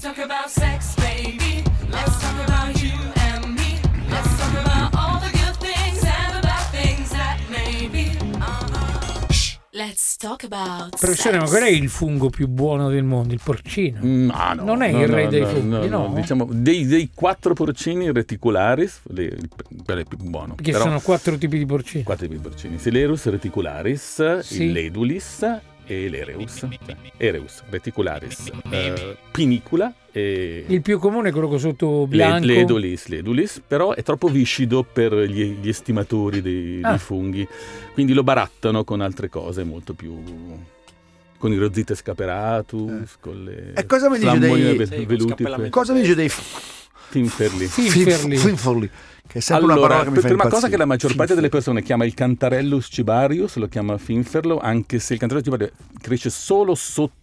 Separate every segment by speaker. Speaker 1: talk about sex, baby. Let's talk about you and me. Let's talk about all the good things and the bad things that maybe. Uh-huh. Let's talk about.
Speaker 2: Professore, ma
Speaker 1: sex.
Speaker 2: qual è il fungo più buono del mondo? Il porcino.
Speaker 3: Mm, Ma ah, no,
Speaker 2: Non è
Speaker 3: no,
Speaker 2: il
Speaker 3: no,
Speaker 2: re dei
Speaker 3: no,
Speaker 2: funghi, no?
Speaker 3: Diciamo, dei, dei quattro porcini reticularis, le- il- quello è più buono.
Speaker 2: Perché ci
Speaker 3: però
Speaker 2: sono quattro tipi di porcini.
Speaker 3: quattro tipi di porcini. Silerus reticularis,
Speaker 2: Sì.
Speaker 3: il ledulis e l'ereus. Cioè, Ereus, reticularis, eh, pinicula e...
Speaker 2: Il più comune è quello con sotto
Speaker 3: Le-
Speaker 2: bianco.
Speaker 3: Ledolis, ledolis, però è troppo viscido per gli, gli estimatori dei, dei
Speaker 2: Ah.
Speaker 3: funghi, quindi lo barattano con altre cose molto più... con i rozzite scaperatus, con le...
Speaker 4: Eh. E cosa mi dice
Speaker 3: flamboglione
Speaker 4: dei-
Speaker 3: ve-
Speaker 5: Sì, con
Speaker 3: veluti, cioè.
Speaker 5: scappellamento.
Speaker 4: Cosa mi dice dei
Speaker 3: tinferli.
Speaker 2: Finferli.
Speaker 4: Finferli? Che è sempre una
Speaker 3: allora,
Speaker 4: parola che mi fa
Speaker 3: per una cosa
Speaker 4: impazzire.
Speaker 3: che la maggior parte delle
Speaker 4: Finferli.
Speaker 3: persone chiama il cantarellus cibarius, lo chiama finferlo, anche se il cantarellus cibarius cresce solo sotto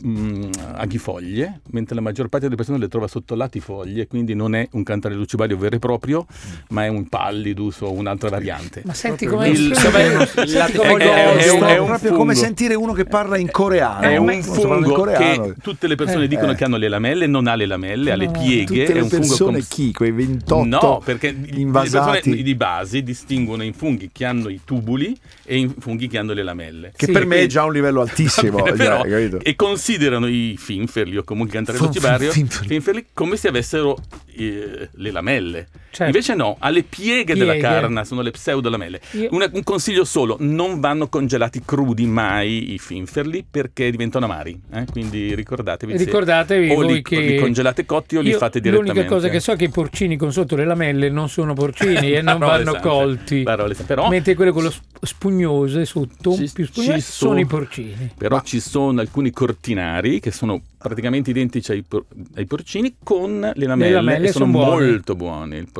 Speaker 3: mh, aghifoglie, mentre la maggior parte delle persone le trova sotto latifoglie, quindi non è un cantarellus cibarius vero e proprio,
Speaker 4: Mm.
Speaker 3: ma è un pallidus o un'altra variante.
Speaker 2: Ma senti
Speaker 4: Proprio
Speaker 2: come
Speaker 3: il-
Speaker 2: esprime-
Speaker 5: il-
Speaker 2: senti
Speaker 5: il-
Speaker 2: come
Speaker 3: è- è-
Speaker 2: lo-
Speaker 3: è un- è
Speaker 4: È
Speaker 3: un
Speaker 4: proprio
Speaker 3: fungo.
Speaker 4: come
Speaker 3: Eh.
Speaker 4: sentire uno che parla in coreano.
Speaker 3: È un
Speaker 4: Sto parlando in
Speaker 3: fungo
Speaker 4: coreano.
Speaker 3: che tutte le persone
Speaker 2: Eh,
Speaker 3: dicono
Speaker 4: eh.
Speaker 3: che hanno le lamelle, non ha le lamelle, ha le
Speaker 2: No,
Speaker 3: pieghe,
Speaker 4: Tutte
Speaker 3: è
Speaker 4: le
Speaker 3: un fungo
Speaker 4: persone
Speaker 3: com-
Speaker 4: chi? Quei 28
Speaker 3: No, perché i- le
Speaker 4: invasati.
Speaker 3: persone di base distinguono i funghi che hanno i tubuli e i funghi che hanno le lamelle.
Speaker 4: Che
Speaker 2: Sì,
Speaker 4: per me è
Speaker 3: quindi-
Speaker 4: già un livello altissimo.
Speaker 3: Vabbè,
Speaker 4: cioè,
Speaker 3: però-
Speaker 4: capito?
Speaker 3: e considerano i finferli o comunque il
Speaker 4: Fin-
Speaker 3: cantarello cibario
Speaker 4: finferli.
Speaker 3: finferli come se avessero eh, le lamelle.
Speaker 2: Certo.
Speaker 3: Invece no, ha le pieghe, della
Speaker 2: Pieghe.
Speaker 3: carna, sono le pseudolamelle.
Speaker 2: Io-
Speaker 3: Una- un consiglio solo, non vanno congelati crudi mai i finferli perché diventano amari, eh? quindi ricordatevi se-
Speaker 2: Ricordatevi
Speaker 3: o
Speaker 2: voi
Speaker 3: li,
Speaker 2: che
Speaker 3: li congelate cotti o li
Speaker 2: Io
Speaker 3: fate direttamente.
Speaker 2: L'unica cosa che so è che i porcini con sotto le lamelle non sono porcini e eh, non
Speaker 3: Parole
Speaker 2: vanno
Speaker 3: sante,
Speaker 2: colti.
Speaker 3: parole sante. Però
Speaker 2: Mentre quelli con lo sp- spugnose sotto,
Speaker 3: Ci-
Speaker 2: più spugnose,
Speaker 3: ci
Speaker 2: sono
Speaker 3: so-
Speaker 2: i porcini.
Speaker 3: Però ci sono alcuni cortinari che sono praticamente identici ai, por- ai porcini con le lamelle,
Speaker 2: lamelle
Speaker 3: e sono
Speaker 2: son buone.
Speaker 3: molto buoni. Il por-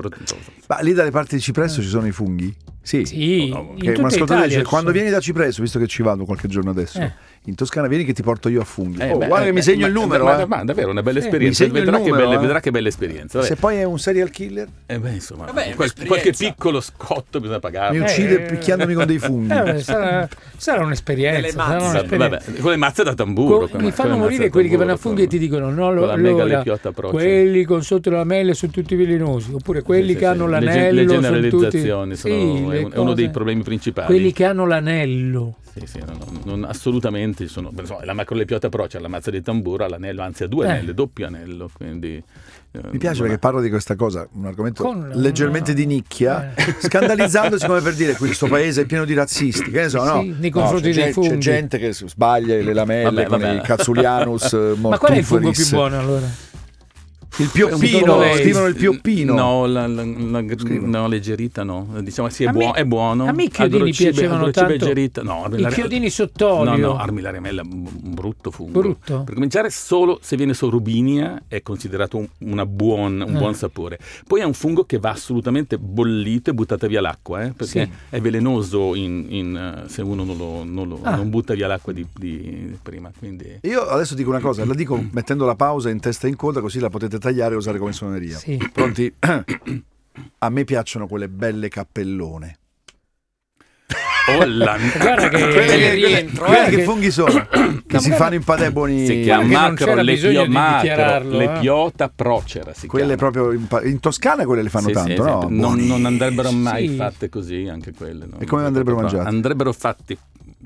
Speaker 4: Ma lì dalle parti di Cipresso ci sono i funghi? Sì.
Speaker 2: Sì,
Speaker 3: Oh, no, no,
Speaker 2: in
Speaker 3: ok,
Speaker 4: Che un
Speaker 2: tutta
Speaker 4: ascoltatore
Speaker 2: Italia
Speaker 4: dice,
Speaker 2: ci
Speaker 4: quando
Speaker 2: sono.
Speaker 4: vieni da Cipresso, visto che ci vado qualche giorno adesso,
Speaker 2: Eh.
Speaker 4: in Toscana vieni che ti porto io a funghi.
Speaker 3: Eh,
Speaker 4: Oh,
Speaker 3: beh,
Speaker 4: guarda che
Speaker 3: eh,
Speaker 4: mi segno
Speaker 3: ma-
Speaker 4: il numero.
Speaker 3: ma,
Speaker 4: eh.
Speaker 3: ma davvero una bella
Speaker 2: Sì,
Speaker 3: esperienza.
Speaker 4: mi segno il
Speaker 3: Vedrà, che
Speaker 4: numero,
Speaker 3: belle,
Speaker 4: eh.
Speaker 3: vedrà che bella esperienza. Vabbè.
Speaker 4: Se poi è un serial killer,
Speaker 3: Eh, beh, insomma,
Speaker 5: Vabbè, è
Speaker 3: qual-
Speaker 5: un'esperienza.
Speaker 3: qualche piccolo scotto bisogna pagare.
Speaker 4: mi
Speaker 3: Eh,
Speaker 4: uccide picchiandomi con dei funghi.
Speaker 2: Ah, Eh, beh, sarà, sarà
Speaker 5: Delle
Speaker 2: un'esperienza.
Speaker 5: mazze.
Speaker 2: sarà
Speaker 3: vabbè,
Speaker 2: un'esperienza.
Speaker 3: vabbè, con le mazze da tamburo.
Speaker 2: Co-
Speaker 3: con-
Speaker 2: Ecco, mi
Speaker 3: con le
Speaker 2: fanno
Speaker 3: mazze
Speaker 2: morire
Speaker 3: da
Speaker 2: quelli che vanno
Speaker 3: tamburo,
Speaker 2: a funghi e ti
Speaker 3: con-
Speaker 2: dicono: no, lo-
Speaker 3: con la mega
Speaker 2: allora,
Speaker 3: lecchiota proce.
Speaker 2: quelli con sotto la lamelle sono tutti velenosi, oppure quelli
Speaker 3: Sì, sì,
Speaker 2: che hanno
Speaker 3: sì. Le gen-
Speaker 2: l'anello.
Speaker 3: Le
Speaker 2: sono tutti...
Speaker 3: generalizzazioni sono-
Speaker 2: Sì, le
Speaker 3: è un- è uno dei
Speaker 2: cose.
Speaker 3: problemi principali.
Speaker 2: Quelli che hanno l'anello.
Speaker 3: Sì, sì, no, no, non- assolutamente ci sono. beh, insomma, la macrolepiota però c'è la mazza di tamburo, all'anello, anzi a due
Speaker 2: Eh.
Speaker 3: anelli, doppio anello. Quindi, eh,
Speaker 4: Mi piace
Speaker 3: non
Speaker 4: perché
Speaker 3: è-
Speaker 4: parlo di questa cosa, un argomento
Speaker 2: Con-
Speaker 4: leggermente di nicchia,
Speaker 2: Eh.
Speaker 4: scandalizzandosi come per dire questo paese è pieno di razzisti, che ne so,
Speaker 2: Sì,
Speaker 4: no?
Speaker 2: nei
Speaker 4: No,
Speaker 2: confronti
Speaker 4: c'è,
Speaker 2: dei
Speaker 4: gen-
Speaker 2: funghi.
Speaker 4: c'è gente che s- sbaglia le lamelle
Speaker 3: Vabbè,
Speaker 4: con
Speaker 3: vabbè.
Speaker 4: il Cazzulianus eh,
Speaker 2: Ma qual è il fungo più
Speaker 4: mortuferis.
Speaker 2: buono allora?
Speaker 4: Il
Speaker 2: Secondo
Speaker 4: pioppino,
Speaker 2: lei?
Speaker 4: scrivono il pioppino.
Speaker 3: No, la, la- la-
Speaker 4: Scrivono.
Speaker 3: no, leggerita no. Diciamo sì, è,
Speaker 2: A me-
Speaker 3: buo- è buono.
Speaker 2: a me i chiodini
Speaker 3: Agrocibe-
Speaker 2: piacevano
Speaker 3: agrocibe
Speaker 2: tanto.
Speaker 3: gerita- No,
Speaker 2: I chiodini sott'olio.
Speaker 3: No, no, armilaremella è un brutto fungo.
Speaker 2: Brutto?
Speaker 3: Per cominciare, solo se viene rubinia è considerato un, una buon, un
Speaker 2: Eh.
Speaker 3: buon sapore. Poi è un fungo che va assolutamente bollito e buttato via l'acqua, eh, perché
Speaker 2: Sì.
Speaker 3: è velenoso in- in, eh, se uno non, lo, non lo-
Speaker 2: Ah.
Speaker 3: non butta via l'acqua di, di prima. Quindi...
Speaker 4: Io adesso dico una cosa, la dico mettendo la pausa in testa e in coda così la potete tagliare e usare come suoneria.
Speaker 2: Sì.
Speaker 4: Pronti? A me piacciono quelle belle cappellone.
Speaker 3: Oh, la-
Speaker 2: Guarda che
Speaker 5: Quelle
Speaker 2: eh,
Speaker 5: che-
Speaker 2: rientro,
Speaker 4: Guarda
Speaker 2: eh,
Speaker 4: che
Speaker 2: che-
Speaker 4: funghi sono, che si fanno in padeboni...
Speaker 3: si
Speaker 2: guarda
Speaker 3: chiama
Speaker 2: che non
Speaker 3: macro,
Speaker 2: c'era
Speaker 3: le
Speaker 2: bisogno
Speaker 3: pio-
Speaker 2: di
Speaker 3: macro,
Speaker 2: dichiararlo,
Speaker 3: le
Speaker 2: eh.
Speaker 3: piota procera si
Speaker 4: Quelle
Speaker 3: chiama.
Speaker 4: proprio in, pa- in Toscana quelle le fanno
Speaker 3: Sì,
Speaker 4: tanto,
Speaker 3: sì,
Speaker 4: no?
Speaker 3: sì. Non, non andrebbero mai
Speaker 2: Sì.
Speaker 3: fatte così, anche quelle. no?
Speaker 4: E come andrebbero
Speaker 3: Però
Speaker 4: mangiate?
Speaker 3: Andrebbero fatte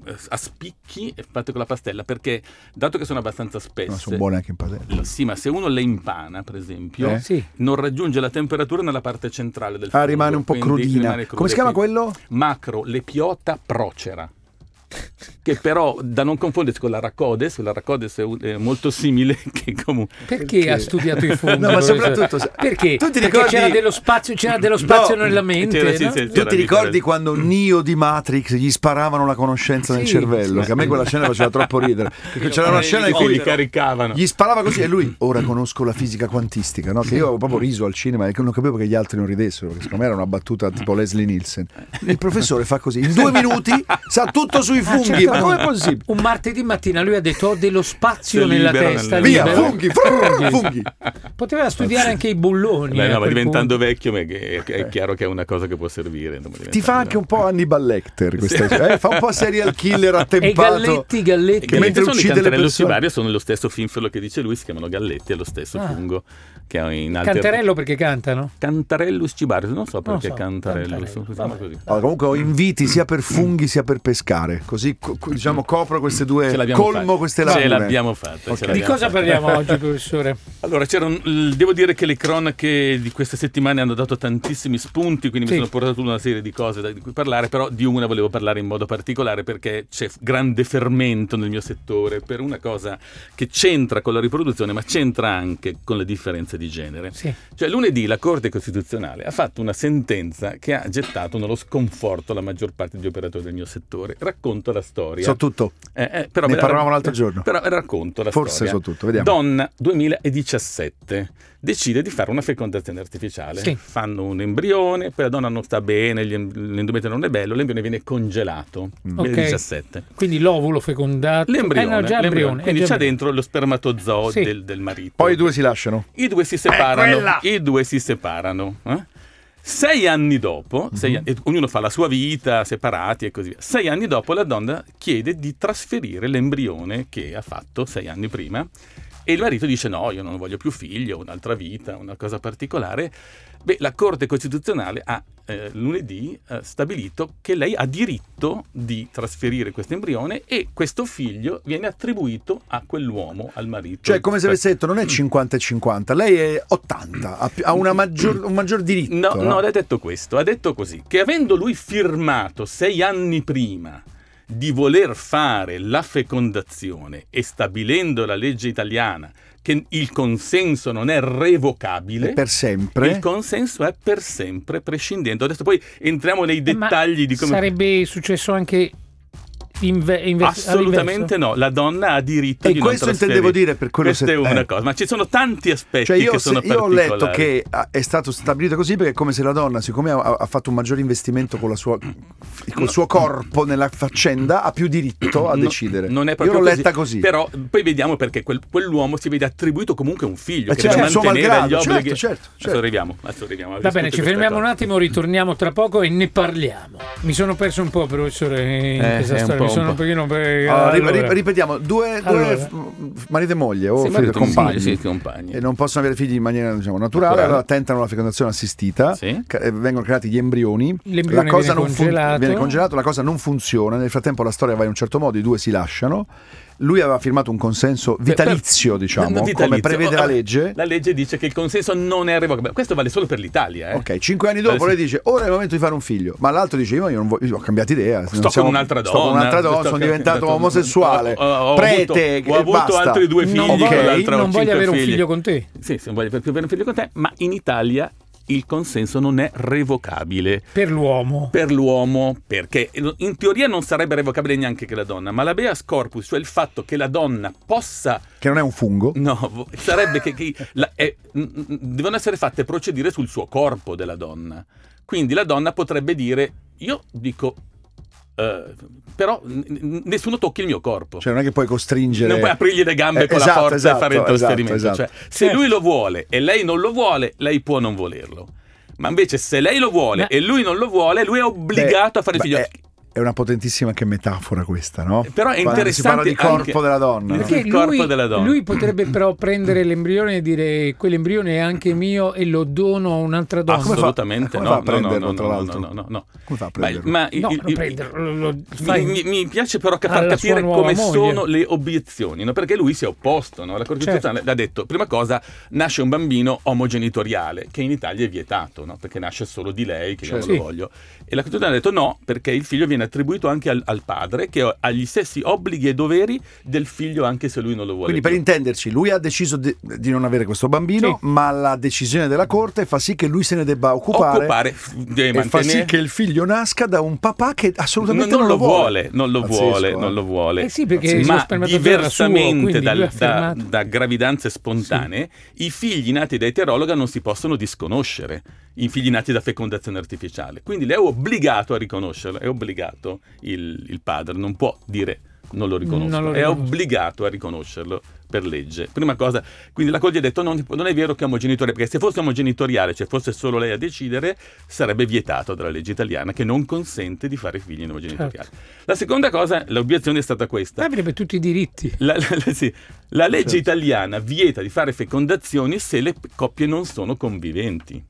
Speaker 3: eh, a spicchi e fatte con la pastella, perché dato che sono abbastanza spesse,
Speaker 4: No, sono buone anche in padella.
Speaker 3: l- sì, ma se uno le impana, per esempio,
Speaker 4: Eh?
Speaker 2: Sì.
Speaker 3: non raggiunge la temperatura nella parte centrale del
Speaker 4: Ah,
Speaker 3: fungo,
Speaker 4: rimane un po'
Speaker 3: quindi
Speaker 4: crudina.
Speaker 3: rimane
Speaker 4: Come
Speaker 3: cruda,
Speaker 4: si chiama
Speaker 3: quindi-
Speaker 4: quello?
Speaker 3: Macro lepiota procera. Che però da non confondersi con la Racodes, la Racodes è un- è molto simile, che comunque
Speaker 2: Perché, ha studiato i funghi?
Speaker 4: No, ma
Speaker 2: professore?
Speaker 4: soprattutto se-
Speaker 2: perché?
Speaker 4: Tu ti
Speaker 2: Perché
Speaker 4: ricordi-
Speaker 2: c'era dello spazio, c'era dello spazio
Speaker 4: No.
Speaker 2: nella mente.
Speaker 3: C'era, sì,
Speaker 2: no?
Speaker 3: sì, sì.
Speaker 4: Tu ti
Speaker 3: Era
Speaker 4: ricordi
Speaker 3: differente.
Speaker 4: quando Neo di Matrix gli sparavano la conoscenza nel
Speaker 2: Sì.
Speaker 4: cervello? Che a me quella scena faceva troppo ridere. Perché c'era una scena in
Speaker 3: che li
Speaker 4: cui
Speaker 3: caricavano. Mm.
Speaker 4: gli sparava così e lui ora conosco la fisica quantistica, no? Che io avevo proprio riso al cinema e non capivo che gli altri non ridessero,
Speaker 3: Ah,
Speaker 4: perché secondo me era una battuta tipo Leslie Nielsen. Il professore fa così, in due minuti sa tutto sui
Speaker 3: certo.
Speaker 2: funghi.
Speaker 4: ma com'è possibile?
Speaker 2: Ah, certo. Un martedì mattina lui ha detto ho dello spazio
Speaker 3: Se
Speaker 2: nella
Speaker 3: libero
Speaker 2: testa.
Speaker 3: nel-
Speaker 4: Via,
Speaker 2: libero.
Speaker 4: funghi, frrr, funghi.
Speaker 2: Poteva studiare anche i bulloni.
Speaker 3: Beh,
Speaker 2: eh,
Speaker 3: no,
Speaker 2: a
Speaker 3: ma
Speaker 2: quel
Speaker 3: diventando vecchio ma è, è chiaro che è una cosa che può servire. insomma,
Speaker 4: Eh. Ti fa
Speaker 3: diventando-
Speaker 4: anche un po' Hannibal Lecter questa, eh, fa un po' serial killer
Speaker 2: punto. E i
Speaker 4: attempato.
Speaker 2: galletti, galletti.
Speaker 3: E
Speaker 4: Che
Speaker 3: Galletti
Speaker 4: mentre
Speaker 3: sono i
Speaker 4: uccide le
Speaker 3: Cantarello
Speaker 4: persone.
Speaker 3: Sibario sono lo stesso finferlo che dice lui, si chiamano Galletti, è lo stesso
Speaker 2: Ah.
Speaker 3: fungo che ha in alter...
Speaker 2: Cantarello perché cantano?
Speaker 3: Cantarellus cibarius, non so
Speaker 2: Non
Speaker 3: perché
Speaker 2: so,
Speaker 3: Cantarellus,
Speaker 2: Cantarello,
Speaker 3: si chiama
Speaker 2: vabbè.
Speaker 3: così.
Speaker 4: Allora, comunque ho inviti sia per funghi sia per pescare, così co- co- diciamo copro queste due,
Speaker 3: Ce l'abbiamo
Speaker 4: colmo
Speaker 3: fatta.
Speaker 4: queste
Speaker 3: Ce
Speaker 4: lacune.
Speaker 3: l'abbiamo fatta.
Speaker 4: Ok.
Speaker 3: ce
Speaker 2: Di
Speaker 3: l'abbiamo
Speaker 2: cosa
Speaker 3: fatta.
Speaker 2: parliamo oggi, professore?
Speaker 3: Allora, c'era un- l- devo dire che le cronache di queste settimane hanno dato tantissimi spunti, quindi
Speaker 2: Sì.
Speaker 3: mi sono portato una serie di cose da, di cui parlare, però di una volevo parlare in modo particolare perché c'è f- grande fermento nel mio settore per una cosa che c'entra con la riproduzione, ma c'entra anche con le differenze di genere.
Speaker 2: Sì.
Speaker 3: Cioè, lunedì la Corte Costituzionale ha fatto una sentenza che ha gettato nello sconforto la maggior parte degli operatori del mio settore. Racconto la storia.
Speaker 4: So tutto.
Speaker 3: Eh, eh, però
Speaker 4: Ne
Speaker 3: ve la-
Speaker 4: parlavamo l'altro giorno.
Speaker 3: Però racconto la
Speaker 4: Forse
Speaker 3: storia.
Speaker 4: so tutto, vediamo.
Speaker 3: Donna 2017 decide di fare una fecondazione artificiale.
Speaker 2: Sì.
Speaker 3: Fanno un embrione, poi la donna non sta bene, gli em- l'endometrio non è bello, l'embrione viene congelato.
Speaker 4: Mm.
Speaker 3: 2017.
Speaker 2: Quindi l'ovulo fecondato.
Speaker 3: L'embrione,
Speaker 2: Eh, no, già
Speaker 3: l'embrione.
Speaker 2: embrione.
Speaker 3: quindi
Speaker 2: eh, già
Speaker 3: c'è
Speaker 2: embrione.
Speaker 3: dentro lo spermatozoo
Speaker 2: Sì.
Speaker 3: del, del marito.
Speaker 4: Poi i due si lasciano.
Speaker 3: I due si separano. I due si separano. eh? Sei anni dopo,
Speaker 4: Mhm.
Speaker 3: sei anni- e ognuno fa la sua vita, separati e così via. Sei anni dopo la donna chiede di trasferire l'embrione che ha fatto sei anni prima e il marito dice no, io non voglio più figli, ho un'altra vita, una cosa particolare. Beh, la Corte Costituzionale ha eh, lunedì eh, stabilito che lei ha diritto di trasferire questo embrione e questo figlio viene attribuito a quell'uomo, al marito.
Speaker 4: Cioè, come se avesse detto, non è 50 e 50, lei è 80, ha, pi- ha una maggior- un maggior diritto.
Speaker 3: No, no, ha detto questo, ha detto così, che avendo lui firmato sei anni prima di voler fare la fecondazione e stabilendo la legge italiana che il consenso non è revocabile,
Speaker 4: È per sempre.
Speaker 3: il consenso è per sempre, prescindendo. Adesso poi entriamo nei
Speaker 2: Ma
Speaker 3: dettagli di come...
Speaker 2: Sarebbe successo anche inve- inve-
Speaker 3: Assolutamente
Speaker 2: all'inverso?
Speaker 3: no, la donna ha diritto
Speaker 4: E
Speaker 3: di
Speaker 4: questo
Speaker 3: non
Speaker 4: intendevo
Speaker 3: trasferire.
Speaker 4: dire, per quello
Speaker 3: Questa
Speaker 4: se-
Speaker 3: è una
Speaker 4: eh.
Speaker 3: cosa, ma ci sono tanti aspetti
Speaker 4: Cioè, io,
Speaker 3: che sono
Speaker 4: se- io ho letto
Speaker 3: particolari.
Speaker 4: che ah, è stato stabilito così perché è come se la donna, siccome ha, ha fatto un maggior investimento con la sua- col suo corpo nella faccenda, ha più diritto a
Speaker 3: No,
Speaker 4: decidere.
Speaker 3: Non è proprio
Speaker 4: io l'ho
Speaker 3: così.
Speaker 4: letta così.
Speaker 3: Però poi vediamo perché quel- quell'uomo si vede attribuito comunque un figlio
Speaker 4: Eh,
Speaker 3: che
Speaker 4: certo,
Speaker 3: deve
Speaker 4: suo
Speaker 3: mantenere gli
Speaker 4: malgrado,
Speaker 3: obblighi.
Speaker 4: certo, certo, certo.
Speaker 3: Adesso arriviamo, adesso arriviamo.
Speaker 2: Va bene, ci
Speaker 3: Discute
Speaker 2: fermiamo un
Speaker 3: questa
Speaker 2: attimo, ritorniamo tra poco e ne parliamo. Mi sono perso un po', professore, in
Speaker 3: Eh,
Speaker 2: questa
Speaker 3: è un
Speaker 2: storia.
Speaker 3: po',
Speaker 2: Mi sono
Speaker 3: un po'. Oh,
Speaker 2: un pochino per...
Speaker 4: Ah, ri-
Speaker 2: allora.
Speaker 4: ri- ripetiamo, due, due
Speaker 2: Allora.
Speaker 4: f- f- marito e moglie o
Speaker 2: Sì,
Speaker 4: figli-
Speaker 2: marito
Speaker 3: e moglie,
Speaker 4: Oh, compagni
Speaker 3: sì, compagni.
Speaker 4: e non possono avere figli in maniera diciamo, naturale,
Speaker 3: Naturale.
Speaker 4: allora tentano la fecondazione assistita,
Speaker 3: Sì.
Speaker 4: ca- eh, vengono creati gli embrioni,
Speaker 2: L'embrione
Speaker 4: la cosa
Speaker 2: viene
Speaker 4: non fun-
Speaker 2: congelato.
Speaker 4: viene congelato, la cosa non funziona, nel frattempo la storia va in un certo modo, i due si lasciano, lui aveva firmato un consenso vitalizio
Speaker 3: per-
Speaker 4: diciamo,
Speaker 3: Non
Speaker 4: come
Speaker 3: vitalizio.
Speaker 4: prevede
Speaker 3: Oh,
Speaker 4: la
Speaker 3: vabbè,
Speaker 4: legge.
Speaker 3: La legge dice che il consenso non è revocabile. Questo vale solo per l'Italia, eh.
Speaker 4: Ok, cinque anni dopo
Speaker 3: Vale-
Speaker 4: lei dice ora è il momento di fare un figlio, ma l'altro dice io, io non voglio, io ho cambiato idea.
Speaker 3: Sto con un'altra donna.
Speaker 4: Sto con un'altra donna,
Speaker 3: sto
Speaker 4: sono
Speaker 3: che-
Speaker 4: diventato
Speaker 3: ho- ho-
Speaker 4: omosessuale.
Speaker 3: ho- ho
Speaker 4: prete,
Speaker 3: avuto- ho avuto
Speaker 4: basta.
Speaker 3: altri due figli
Speaker 2: non
Speaker 4: Ok.
Speaker 2: voglio,
Speaker 3: l'altra ho
Speaker 2: non voglio
Speaker 3: cinque
Speaker 2: avere un
Speaker 3: figli.
Speaker 2: figlio con te.
Speaker 3: Sì, se non voglio più avere un figlio con te, ma in Italia il consenso non è revocabile.
Speaker 2: Per l'uomo.
Speaker 3: per l'uomo, perché in teoria non sarebbe revocabile neanche che la donna, ma la beas corpus, cioè il fatto che la donna possa
Speaker 4: Che non è un fungo.
Speaker 3: No, vo- sarebbe che, che la- eh, mm, mm, devono essere fatte procedere sul suo corpo della donna. Quindi la donna potrebbe dire: Io dico, eh, però n- n- nessuno tocchi il mio corpo.
Speaker 4: Cioè non è che puoi costringere.
Speaker 3: Esatto. non puoi aprirgli le gambe
Speaker 4: Eh,
Speaker 3: con
Speaker 4: esatto,
Speaker 3: la forza
Speaker 4: esatto,
Speaker 3: e fare il
Speaker 4: esatto,
Speaker 3: trasferimento.
Speaker 4: esatto.
Speaker 3: Cioè, se lui lo vuole e lei non lo vuole, lei può non volerlo. Ma invece, se lei lo vuole
Speaker 2: Ma-
Speaker 3: e lui non lo vuole, lui è
Speaker 4: Beh,
Speaker 3: obbligato a fare il
Speaker 4: beh, eh,
Speaker 3: figlio.
Speaker 4: È, è una potentissima che metafora questa, no?
Speaker 3: Eh, Però è
Speaker 4: Quando Si parla
Speaker 3: interessante
Speaker 4: di corpo
Speaker 3: anche-
Speaker 4: della donna. no?
Speaker 3: Perché- il corpo della donna.
Speaker 2: lui potrebbe però prendere l'embrione e dire quell'embrione è anche mio e lo dono a un'altra
Speaker 4: Ah,
Speaker 2: donna.
Speaker 4: come fa-
Speaker 3: Assolutamente
Speaker 4: come
Speaker 3: no,
Speaker 4: fa a
Speaker 3: no, no,
Speaker 4: prenderlo,
Speaker 3: no,
Speaker 4: tra
Speaker 3: no,
Speaker 4: l'altro?
Speaker 3: no, no, no.
Speaker 4: Come fa a
Speaker 3: Ma-
Speaker 4: prenderlo?
Speaker 3: ma il-
Speaker 2: No,
Speaker 3: il-
Speaker 2: non prenderlo, lo- fai-
Speaker 3: mi, mi- mi piace però ca- far
Speaker 2: alla
Speaker 3: capire
Speaker 2: sua nuova
Speaker 3: come
Speaker 2: moglie.
Speaker 3: sono le obiezioni, no? perché lui si è opposto, no? la Corte
Speaker 2: Certo.
Speaker 3: Costituzionale ha detto, prima cosa, nasce un bambino omogenitoriale, che in Italia è vietato, no? perché nasce solo di lei, che
Speaker 2: Certo.
Speaker 3: io non
Speaker 2: Sì.
Speaker 3: lo voglio. E la Costituzionale ha detto no, perché il figlio viene attribuito anche al, al padre, che ha gli stessi obblighi e doveri del figlio anche se lui non lo vuole.
Speaker 4: Quindi per
Speaker 3: più.
Speaker 4: intenderci, lui ha deciso di, di non avere questo bambino,
Speaker 2: Sì.
Speaker 4: ma la decisione della corte fa sì che lui se ne debba occupare,
Speaker 3: occupare, f- deve
Speaker 4: e fa
Speaker 3: mantenere-
Speaker 4: sì che il figlio nasca da un papà che assolutamente
Speaker 3: non,
Speaker 4: non,
Speaker 3: non lo vuole,
Speaker 4: vuole.
Speaker 3: non lo
Speaker 4: Pazzesco,
Speaker 3: vuole,
Speaker 4: eh.
Speaker 3: non lo vuole.
Speaker 2: Eh sì, perché lo
Speaker 3: ma
Speaker 2: spermatozoo era suo,
Speaker 3: diversamente
Speaker 2: quindi
Speaker 3: dal-
Speaker 2: lui ha
Speaker 3: da,
Speaker 2: affermato.
Speaker 3: da gravidanze spontanee, i figli nati da eterologa non si possono disconoscere. i figli nati da fecondazione artificiale. Quindi lei è obbligato a riconoscerlo, è obbligato il, il padre, non può dire non lo riconosco,
Speaker 2: Non lo
Speaker 3: è
Speaker 2: riconosco.
Speaker 3: obbligato a riconoscerlo per legge. Prima cosa, quindi la Corte gli ha detto non, non è vero che è omogenitoriale, perché se fosse omogenitoriale, cioè fosse solo lei a decidere, sarebbe vietato dalla legge italiana che non consente di fare figli in omogenitoriale.
Speaker 2: Certo.
Speaker 3: La seconda cosa, l'obiezione è stata questa.
Speaker 2: Avrebbe tutti i diritti.
Speaker 3: La, la- la- sì. La legge
Speaker 4: Certo.
Speaker 3: italiana vieta di fare fecondazioni se le p- coppie non sono conviventi.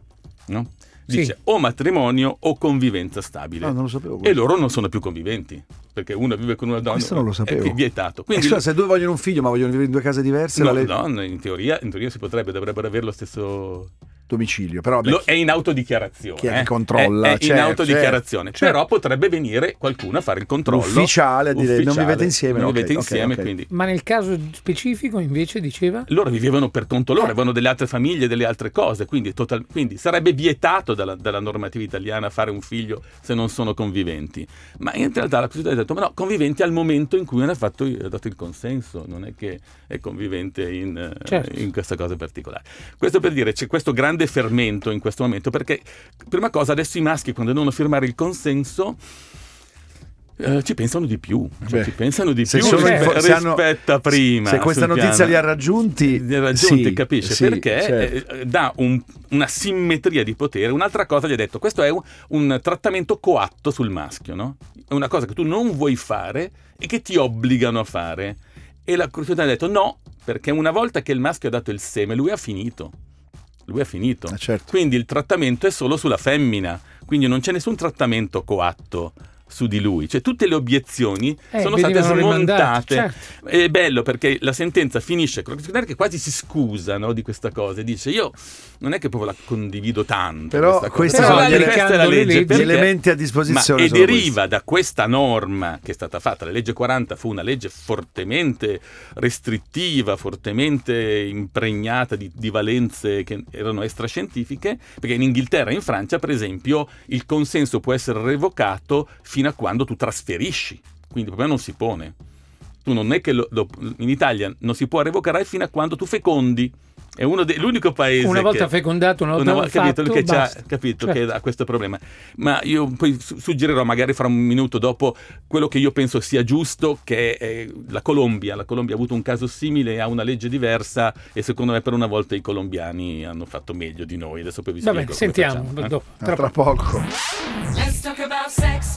Speaker 3: no?
Speaker 2: Sì.
Speaker 3: Dice o matrimonio o convivenza stabile.
Speaker 4: No, non lo sapevo.
Speaker 3: E
Speaker 4: questo.
Speaker 3: loro non sono più conviventi, perché uno vive con una donna.
Speaker 4: Questo non lo sapevo.
Speaker 3: È vietato.
Speaker 4: Eh,
Speaker 3: Quindi
Speaker 4: scusa, se due vogliono un figlio ma vogliono vivere in due case diverse,
Speaker 3: no,
Speaker 4: la legge
Speaker 3: no, in teoria, in teoria si potrebbe, dovrebbero avere lo stesso...
Speaker 4: domicilio, però vabbè,
Speaker 3: Lo- è in autodichiarazione.
Speaker 4: Chi è che
Speaker 3: eh.
Speaker 4: controlla?
Speaker 3: È, è in
Speaker 4: Certo,
Speaker 3: autodichiarazione.
Speaker 4: certo.
Speaker 3: Però potrebbe venire qualcuno a fare il controllo.
Speaker 4: Ufficiale, a dire, non
Speaker 3: ufficiale.
Speaker 4: vivete insieme,
Speaker 3: Non
Speaker 4: ok,
Speaker 3: vivete
Speaker 4: ok,
Speaker 3: insieme,
Speaker 4: ok.
Speaker 3: quindi...
Speaker 2: Ma nel caso specifico invece diceva?
Speaker 3: loro vivevano per conto loro, avevano delle altre famiglie, delle altre cose, quindi, è total- quindi sarebbe vietato dalla, dalla normativa italiana fare un figlio se non sono conviventi. Ma in realtà la Costituzione ha detto, ma no, conviventi al momento in cui hanno fatto, ha dato il consenso, non è che è convivente in, eh,
Speaker 2: Certo.
Speaker 3: in questa cosa particolare. Questo per dire, c'è questo grande fermento in questo momento, perché prima cosa adesso i maschi quando devono firmare il consenso... eh, ci pensano di più, cioè,
Speaker 4: Beh,
Speaker 3: ci pensano di
Speaker 4: se
Speaker 3: più
Speaker 4: sono
Speaker 3: rispe-
Speaker 4: info- se hanno-
Speaker 3: rispetto a prima.
Speaker 4: se questa
Speaker 3: sul
Speaker 4: notizia
Speaker 3: piano-
Speaker 4: li ha raggiunti,
Speaker 3: li ha raggiunti,
Speaker 4: sì,
Speaker 3: capisce?
Speaker 4: sì,
Speaker 3: Perché
Speaker 4: certo.
Speaker 3: eh, dà un- una simmetria di potere. Un'altra cosa gli ha detto: questo è un, un trattamento coatto sul maschio, no? È una cosa che tu non vuoi fare e che ti obbligano a fare. E la Corte ha detto: no, perché una volta che il maschio ha dato il seme, lui ha finito. Lui ha finito.
Speaker 4: Ah, certo.
Speaker 3: Quindi il trattamento è solo sulla femmina, quindi non c'è nessun trattamento coatto su di lui, cioè tutte le obiezioni
Speaker 2: Eh,
Speaker 3: sono state
Speaker 2: venivano rimandate,
Speaker 3: smontate.
Speaker 2: certo.
Speaker 3: È bello perché la sentenza finisce con la Corte che quasi si scusa no, di questa cosa e dice io non è che proprio la condivido tanto.
Speaker 4: Però
Speaker 3: questa cosa.
Speaker 4: queste
Speaker 3: Però
Speaker 4: sono
Speaker 3: dai,
Speaker 4: gli-
Speaker 3: questa è la
Speaker 2: le
Speaker 3: legge.
Speaker 2: leggi.
Speaker 4: Gli
Speaker 3: perché-
Speaker 4: elementi a
Speaker 3: ma,
Speaker 4: disposizione
Speaker 3: e
Speaker 4: sono
Speaker 3: deriva da questa norma che è stata fatta, la legge 40 fu una legge fortemente restrittiva, fortemente impregnata di, di valenze che erano extrascientifiche, perché in Inghilterra e in Francia, per esempio, il consenso può essere revocato fino a quando tu trasferisci, quindi il problema non si pone. Tu non è che lo- lo- in Italia non si può revocare fino a quando tu fecondi. È uno dei- l'unico paese
Speaker 2: Una volta
Speaker 3: che-
Speaker 2: fecondato, una volta
Speaker 3: vo- capito,
Speaker 2: fatto,
Speaker 3: che c'ha-
Speaker 2: basta.
Speaker 3: capito
Speaker 2: Certo.
Speaker 3: che ha questo problema. Ma io poi su- suggerirò magari fra un minuto dopo quello che io penso sia giusto, che è la Colombia. La Colombia ha avuto un caso simile, ha una legge diversa e secondo me per una volta i colombiani hanno fatto meglio di noi. Adesso poi vi spiego
Speaker 2: Vabbè,
Speaker 3: come
Speaker 2: sentiamo.
Speaker 3: facciamo, eh.
Speaker 2: dopo.
Speaker 4: Ah, tra poco.
Speaker 1: Let's talk about sex,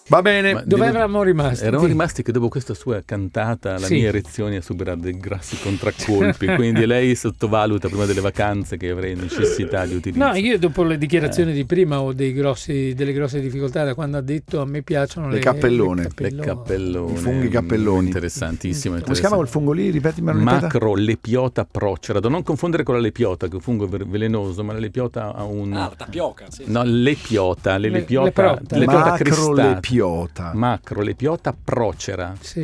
Speaker 4: Va bene.
Speaker 3: Ma-
Speaker 2: Dove
Speaker 3: Devo-
Speaker 2: eravamo rimasti?
Speaker 3: Eravamo
Speaker 2: Sì.
Speaker 3: rimasti che dopo questa sua cantata la
Speaker 2: Sì.
Speaker 3: mia erezione ha superato dei grassi contraccolpi, quindi lei sottovaluta prima delle vacanze che avrei necessità di utilizzare.
Speaker 2: No, io dopo le
Speaker 3: Eh.
Speaker 2: dichiarazioni di prima ho dei grossi- delle grosse difficoltà da quando ha detto a me piacciono
Speaker 4: Le
Speaker 2: le,
Speaker 4: cappellone.
Speaker 3: Le cappellone.
Speaker 4: I funghi cappelloni.
Speaker 3: Interessantissimo.
Speaker 4: Come si chiama quel fungo lì? Ripetimelo in ripeta.
Speaker 3: Macro lepiota procera, da non confondere con la lepiota, che è un fungo ver- velenoso, ma la lepiota ha un...
Speaker 5: Ah, la tapioca, sì.
Speaker 3: No, lepiota, le
Speaker 2: Le-
Speaker 3: lepiota,
Speaker 2: leprotta.
Speaker 3: lepiota
Speaker 4: Macro
Speaker 3: cristata.
Speaker 4: lepiota.
Speaker 3: Macro lepiota procera,
Speaker 2: Sì.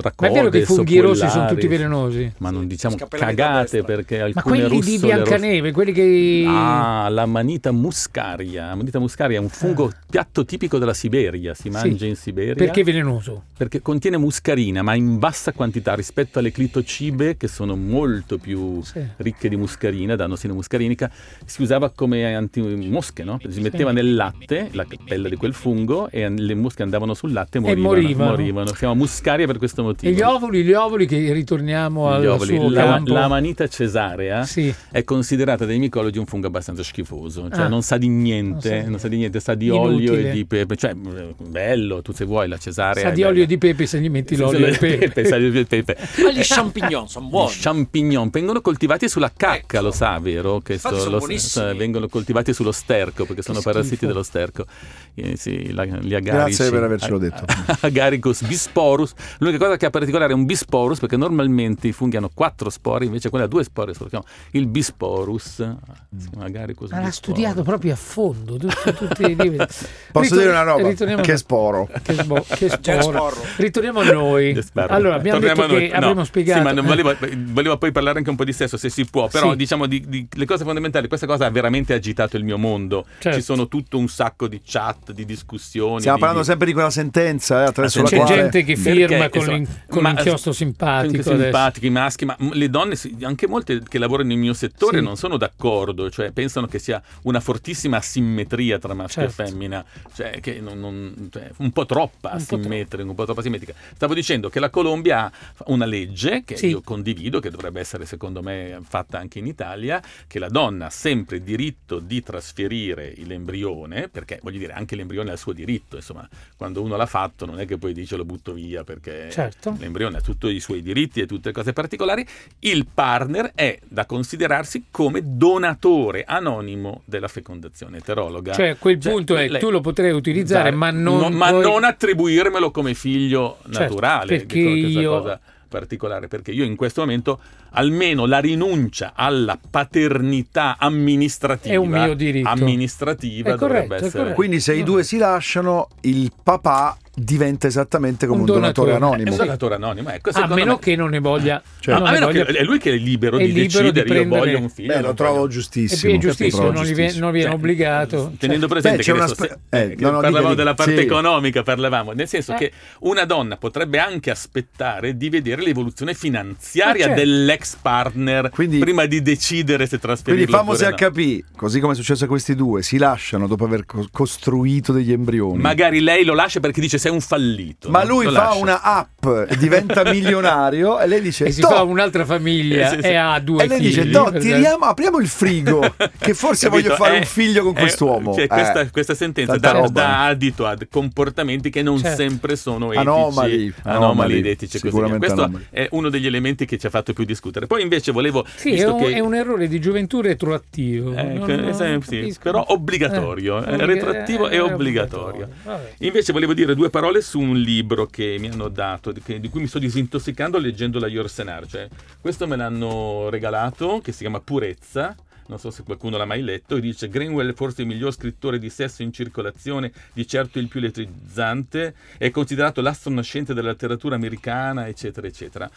Speaker 2: Ma è vero che
Speaker 3: raccordes,
Speaker 2: i funghi rossi sono
Speaker 3: sopollari.
Speaker 2: tutti velenosi?
Speaker 3: Ma non diciamo
Speaker 5: Scappellate da
Speaker 3: cagate
Speaker 5: destra.
Speaker 3: perché
Speaker 2: Ma
Speaker 3: alcune
Speaker 2: quelli di
Speaker 3: russole rosse-
Speaker 2: Biancaneve, quelli che...
Speaker 3: Ah, la manita muscaria. La manita muscaria è un fungo piatto tipico della Siberia, si mangia in Siberia.
Speaker 2: Ah. Perché velenoso?
Speaker 3: perché contiene muscarina, ma in bassa quantità rispetto alle clitocibe che sono molto più
Speaker 2: Sì.
Speaker 3: ricche di muscarina, dannosina muscarinica, si usava come antimosche, no? Si metteva nel latte la pelle di quel fungo e an- le mosche andavano sul latte e morivano.
Speaker 2: morivano.
Speaker 3: morivano. Si chiama muscaria per questo motivo.
Speaker 2: E gli ovuli, gli ovuli che ritorniamo al
Speaker 3: Gli ovuli.
Speaker 2: suo
Speaker 3: La,
Speaker 2: campo.
Speaker 3: la manita cesarea
Speaker 2: Sì.
Speaker 3: è considerata dai micologi un fungo abbastanza schifoso, cioè
Speaker 2: Ah.
Speaker 3: non sa di
Speaker 2: Non
Speaker 3: niente,
Speaker 2: sa di
Speaker 3: non sa,
Speaker 2: niente.
Speaker 3: di niente, sa di
Speaker 2: Inutile.
Speaker 3: olio e di pepe, cioè bello, tu se vuoi la cesarea.
Speaker 2: Sa
Speaker 3: è
Speaker 2: di
Speaker 3: bella.
Speaker 2: olio e di pepe se gli metti
Speaker 3: Sì,
Speaker 2: l'olio e il
Speaker 3: sì,
Speaker 2: pepe.
Speaker 3: sa di olio e pepe.
Speaker 5: Ma gli Eh, champignon sono buoni.
Speaker 3: Gli champignon vengono coltivati sulla cacca,
Speaker 5: Ecco.
Speaker 3: lo sa, vero? Che
Speaker 5: Infatti
Speaker 3: so-
Speaker 5: sono
Speaker 3: lo-
Speaker 5: buonissimi.
Speaker 3: sa- vengono coltivati sullo sterco perché sono parassiti
Speaker 2: schifo.
Speaker 3: dello sterco. Eh, sì, la- gli agarici.
Speaker 4: Grazie per avercelo detto.
Speaker 3: Agaricus bisporus. L'unica L'unica cosa che ha particolare è un bisporus, perché normalmente i funghi hanno quattro spore, invece quella ha due spore solo. si chiama Il bisporus, si chiama Agaricus
Speaker 2: Ma l'ha
Speaker 3: bisporus.
Speaker 2: studiato proprio a fondo. Tutti, tutti i libri.
Speaker 4: Posso
Speaker 2: Ritor-
Speaker 4: dire una roba?
Speaker 2: ritorniamo-
Speaker 4: Che sporo.
Speaker 2: Che, sbo- che
Speaker 5: Jack
Speaker 2: sporo.
Speaker 5: Sparrow.
Speaker 2: Ritorniamo a noi.
Speaker 3: Sparrow.
Speaker 2: Allora, abbiamo
Speaker 3: Torniamo
Speaker 2: detto
Speaker 3: a noi.
Speaker 2: che
Speaker 3: No,
Speaker 2: avremmo spiegato. Eh.
Speaker 3: Sì, ma non volevo, volevo poi parlare anche un po' di sesso, se si può. Però,
Speaker 2: Sì.
Speaker 3: diciamo, di, di- le cose fondamentali. Questa cosa ha veramente agitato il mio mondo.
Speaker 2: Certo.
Speaker 3: Ci sono tutto un sacco di chat, di discussioni.
Speaker 4: Stiamo
Speaker 3: di-
Speaker 4: parlando sempre di quella sentenza eh, attraverso la
Speaker 2: C'è
Speaker 3: Sulla
Speaker 4: quale
Speaker 2: gente che
Speaker 3: Perché,
Speaker 2: firma con,
Speaker 3: insomma,
Speaker 2: l'in- con
Speaker 3: ma-
Speaker 2: l'inchiostro simpatico.
Speaker 3: anche
Speaker 2: adesso.
Speaker 3: simpatico, i maschi, ma m- le donne, sì, anche molte che lavorano nel mio settore,
Speaker 2: Sì.
Speaker 3: non sono d'accordo, cioè pensano che sia una fortissima asimmetria tra maschio
Speaker 2: Certo.
Speaker 3: e femmina, cioè che non- non- cioè, un po' troppa
Speaker 2: Un po'
Speaker 3: asimmetrica, un po' troppo asimmetrica. Stavo dicendo che la Colombia ha una legge che
Speaker 2: Sì.
Speaker 3: io condivido, che dovrebbe essere secondo me fatta anche in Italia, che la donna ha sempre diritto di trasferire l'embrione, perché voglio dire anche l'embrione ha il suo diritto, insomma, quando uno l'ha fatto non è che poi dice lo butto via perché
Speaker 2: Certo.
Speaker 3: L'embrione ha tutti i suoi diritti e tutte cose particolari. Il partner è da considerarsi come donatore anonimo della fecondazione eterologa.
Speaker 2: Cioè, quel punto è,
Speaker 3: lei-
Speaker 2: tu lo potrei utilizzare,
Speaker 3: dare-
Speaker 2: ma non
Speaker 3: ma
Speaker 2: puoi-
Speaker 3: non attribuirmelo come figlio
Speaker 2: Certo,
Speaker 3: naturale.
Speaker 2: perché
Speaker 3: dicono che è una
Speaker 2: io-
Speaker 3: cosa particolare, perché io in questo momento almeno la rinuncia alla paternità amministrativa
Speaker 2: È un mio diritto.
Speaker 3: amministrativa
Speaker 2: È corretto,
Speaker 3: dovrebbe
Speaker 2: è
Speaker 3: essere
Speaker 2: corretto.
Speaker 4: Quindi se i due si lasciano, il papà diventa esattamente come
Speaker 2: Un
Speaker 4: un,
Speaker 2: donatore.
Speaker 4: donatore,
Speaker 2: Esatto.
Speaker 3: è
Speaker 4: anonimo.
Speaker 3: un donatore anonimo. Ecco,
Speaker 2: Eh, a
Speaker 3: secondo
Speaker 2: meno
Speaker 3: me-
Speaker 2: che non ne voglia.
Speaker 4: Cioè-
Speaker 2: non
Speaker 3: No, a
Speaker 2: ne
Speaker 3: meno
Speaker 2: voglia-
Speaker 3: che è lui che è libero
Speaker 2: è
Speaker 3: di
Speaker 2: libero di
Speaker 3: decidere, io
Speaker 2: prendere-
Speaker 3: voglio un figlio.
Speaker 4: Beh,
Speaker 3: non
Speaker 4: Eh, lo
Speaker 3: voglio-
Speaker 4: trovo
Speaker 2: E
Speaker 4: giustissimo.
Speaker 2: poi è giustissimo,
Speaker 4: Lo trovo
Speaker 2: non, li ve- non viene
Speaker 3: Cioè,
Speaker 2: obbligato.
Speaker 3: Tenendo
Speaker 4: Cioè,
Speaker 3: presente che
Speaker 4: beh,
Speaker 3: adesso
Speaker 4: c'è una spe-
Speaker 3: se-
Speaker 4: eh,
Speaker 3: che
Speaker 4: no, no,
Speaker 3: parlavamo
Speaker 4: dica,
Speaker 3: della
Speaker 4: dica.
Speaker 3: parte
Speaker 4: Sì.
Speaker 3: economica, parlavamo, nel senso
Speaker 2: Eh.
Speaker 3: che una donna potrebbe anche aspettare di vedere l'evoluzione finanziaria
Speaker 2: Ma certo.
Speaker 3: dell'ex partner
Speaker 4: Quindi-
Speaker 3: prima di decidere se
Speaker 4: Quindi
Speaker 3: trasferirlo
Speaker 4: famosi
Speaker 3: oppure no.
Speaker 4: HP, così come è successo a questi due, si lasciano dopo aver co- costruito degli embrioni.
Speaker 3: Magari lei lo lascia perché dice sei un fallito.
Speaker 4: Ma
Speaker 3: no?
Speaker 4: lui
Speaker 3: Lo
Speaker 4: fa
Speaker 3: lascia.
Speaker 4: una app, diventa milionario e lei dice:
Speaker 2: E si
Speaker 4: "Toh!"
Speaker 2: Cioè, fa un'altra famiglia
Speaker 3: Eh, sì, sì.
Speaker 2: e ha due
Speaker 4: E lei
Speaker 2: figli.
Speaker 4: dice: No,
Speaker 2: per-
Speaker 4: tiriamo, apriamo il frigo. Che forse
Speaker 3: Capito?
Speaker 4: voglio fare
Speaker 3: È-
Speaker 4: un figlio con
Speaker 3: è-
Speaker 4: quest'uomo.
Speaker 3: cioè,
Speaker 4: Eh,
Speaker 3: questa, questa sentenza
Speaker 4: tanta
Speaker 3: dà,
Speaker 4: roba.
Speaker 3: dà adito a comportamenti che non
Speaker 2: Certo.
Speaker 3: sempre sono etici.
Speaker 4: Anomali, anomali,
Speaker 3: anomali ed etici. e così via.
Speaker 4: sicuramente
Speaker 3: Questo
Speaker 4: anomali.
Speaker 3: è uno degli elementi che ci ha fatto più discutere. Poi invece volevo...
Speaker 2: Sì, è
Speaker 3: visto
Speaker 2: un,
Speaker 3: che-
Speaker 2: è un errore di gioventù retroattivo.
Speaker 3: Eh,
Speaker 2: Non-
Speaker 3: que-
Speaker 2: non
Speaker 3: esempio, sì,
Speaker 2: capisco.
Speaker 3: però obbligatorio, eh,
Speaker 2: obbliga-
Speaker 3: retroattivo e
Speaker 2: eh,
Speaker 3: obbligatorio.
Speaker 2: Vabbè.
Speaker 3: Certo. Invece volevo dire due parole su un libro che mi hanno dato, di, che- di cui mi sto disintossicando leggendo la Yorsenar. Cioè, questo me l'hanno regalato, che si chiama Purezza. Non so se qualcuno l'ha mai letto, e dice Greenwell è forse il miglior scrittore di sesso in circolazione, di certo il più elettrizzante, è considerato l'astro nascente della letteratura americana, eccetera, eccetera.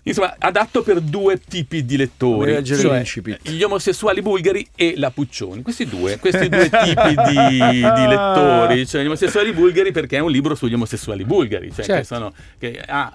Speaker 3: Insomma, adatto per due tipi di lettori.
Speaker 4: Vorrei leggere
Speaker 3: cioè,
Speaker 4: l'incipit.
Speaker 3: gli omosessuali bulgari e la Puccioni. Questi due, questi due tipi di, di lettori, cioè gli omosessuali bulgari perché è un libro sugli omosessuali bulgari, cioè che
Speaker 2: Certo.
Speaker 3: sono, che, ah,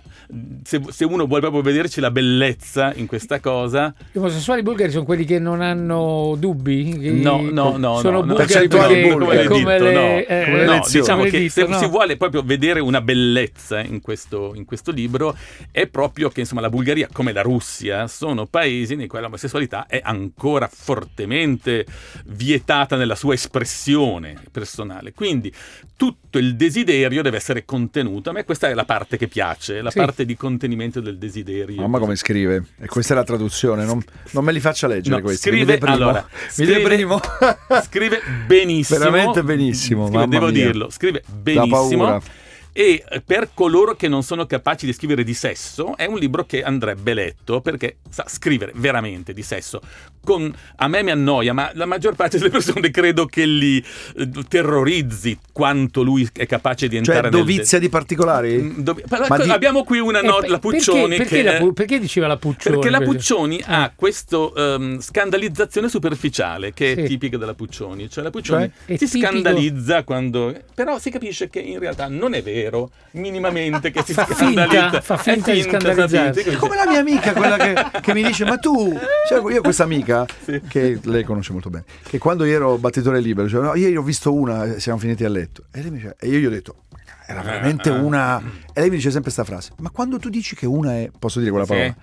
Speaker 3: se, se uno vuole proprio vederci la bellezza in questa cosa,
Speaker 2: Gli omosessuali bulgari sono quelli che non hanno dubbi? Che
Speaker 3: No, no, no,
Speaker 2: Sono
Speaker 3: no, no.
Speaker 2: bulgari
Speaker 4: Percentuali
Speaker 2: perché-
Speaker 4: bulgari.
Speaker 2: come,
Speaker 3: Come le
Speaker 2: le,
Speaker 3: dito,
Speaker 2: eh,
Speaker 4: Come le
Speaker 3: no,
Speaker 4: lezioni.
Speaker 3: diciamo
Speaker 2: come le
Speaker 3: che
Speaker 2: dito,
Speaker 3: se
Speaker 2: no.
Speaker 3: si vuole proprio vedere una bellezza in questo, in questo libro è proprio che insomma la Bulgaria come la Russia sono paesi nei quali l'omosessualità è ancora fortemente vietata nella sua espressione personale. Quindi tutto il desiderio deve essere contenuto. A me questa è la parte che piace, la
Speaker 2: Sì.
Speaker 3: parte di contenimento del desiderio.
Speaker 4: Mamma come scrive, e questa è la traduzione, non, non me li faccia leggere
Speaker 3: No,
Speaker 4: questi. mi
Speaker 3: scrive,
Speaker 4: deprimo.
Speaker 3: allora,
Speaker 4: mi
Speaker 3: scrive-
Speaker 4: deprimo.
Speaker 3: scrive benissimo.
Speaker 4: Veramente benissimo,
Speaker 3: Scrive-
Speaker 4: mamma
Speaker 3: devo
Speaker 4: mia.
Speaker 3: dirlo, scrive
Speaker 4: Da
Speaker 3: benissimo.
Speaker 4: paura.
Speaker 3: E eh, per coloro che non sono capaci di scrivere di sesso, è un libro che andrebbe letto perché sa scrivere veramente di sesso. Con- a me mi annoia, ma la maggior parte delle persone credo che li eh, terrorizzi quanto lui è capace di entrare
Speaker 4: Cioè,
Speaker 3: nel-
Speaker 4: dovizia di particolari?
Speaker 3: Mm, dovi- Però
Speaker 4: Ma
Speaker 3: ecco,
Speaker 4: di-
Speaker 3: abbiamo qui una
Speaker 2: Eh,
Speaker 3: no-
Speaker 2: pe-
Speaker 3: la
Speaker 2: perché,
Speaker 3: Puccioni
Speaker 2: perché
Speaker 3: che
Speaker 2: la pu- perché diceva la Puccioni? Eh.
Speaker 3: perché la
Speaker 2: questo?
Speaker 3: Puccioni ha questa scandalizzazione superficiale che è
Speaker 2: Sì.
Speaker 3: tipica della Puccioni. Cioè la Puccioni
Speaker 2: Cioè? È
Speaker 3: si
Speaker 2: tipico-
Speaker 3: scandalizza quando... Però si capisce che in realtà non è vero minimamente che si
Speaker 2: Fa finta,
Speaker 3: scandalizza.
Speaker 2: fa
Speaker 3: È
Speaker 2: finta di
Speaker 3: finta,
Speaker 2: scandalizzarsi.
Speaker 3: sapete,
Speaker 4: Come la mia amica, quella che, che mi dice: Ma tu, cioè, io ho questa amica
Speaker 3: Sì.
Speaker 4: che lei conosce molto bene. Che quando io ero battitore libero, diceva, "No, ieri ho visto una, e siamo finiti a letto. E, lei mi dice- e io gli ho detto: Era
Speaker 3: Eh,
Speaker 4: veramente una. E lei mi dice sempre questa frase: Ma quando tu dici che una è. Posso dire quella
Speaker 3: Sì.
Speaker 4: parola?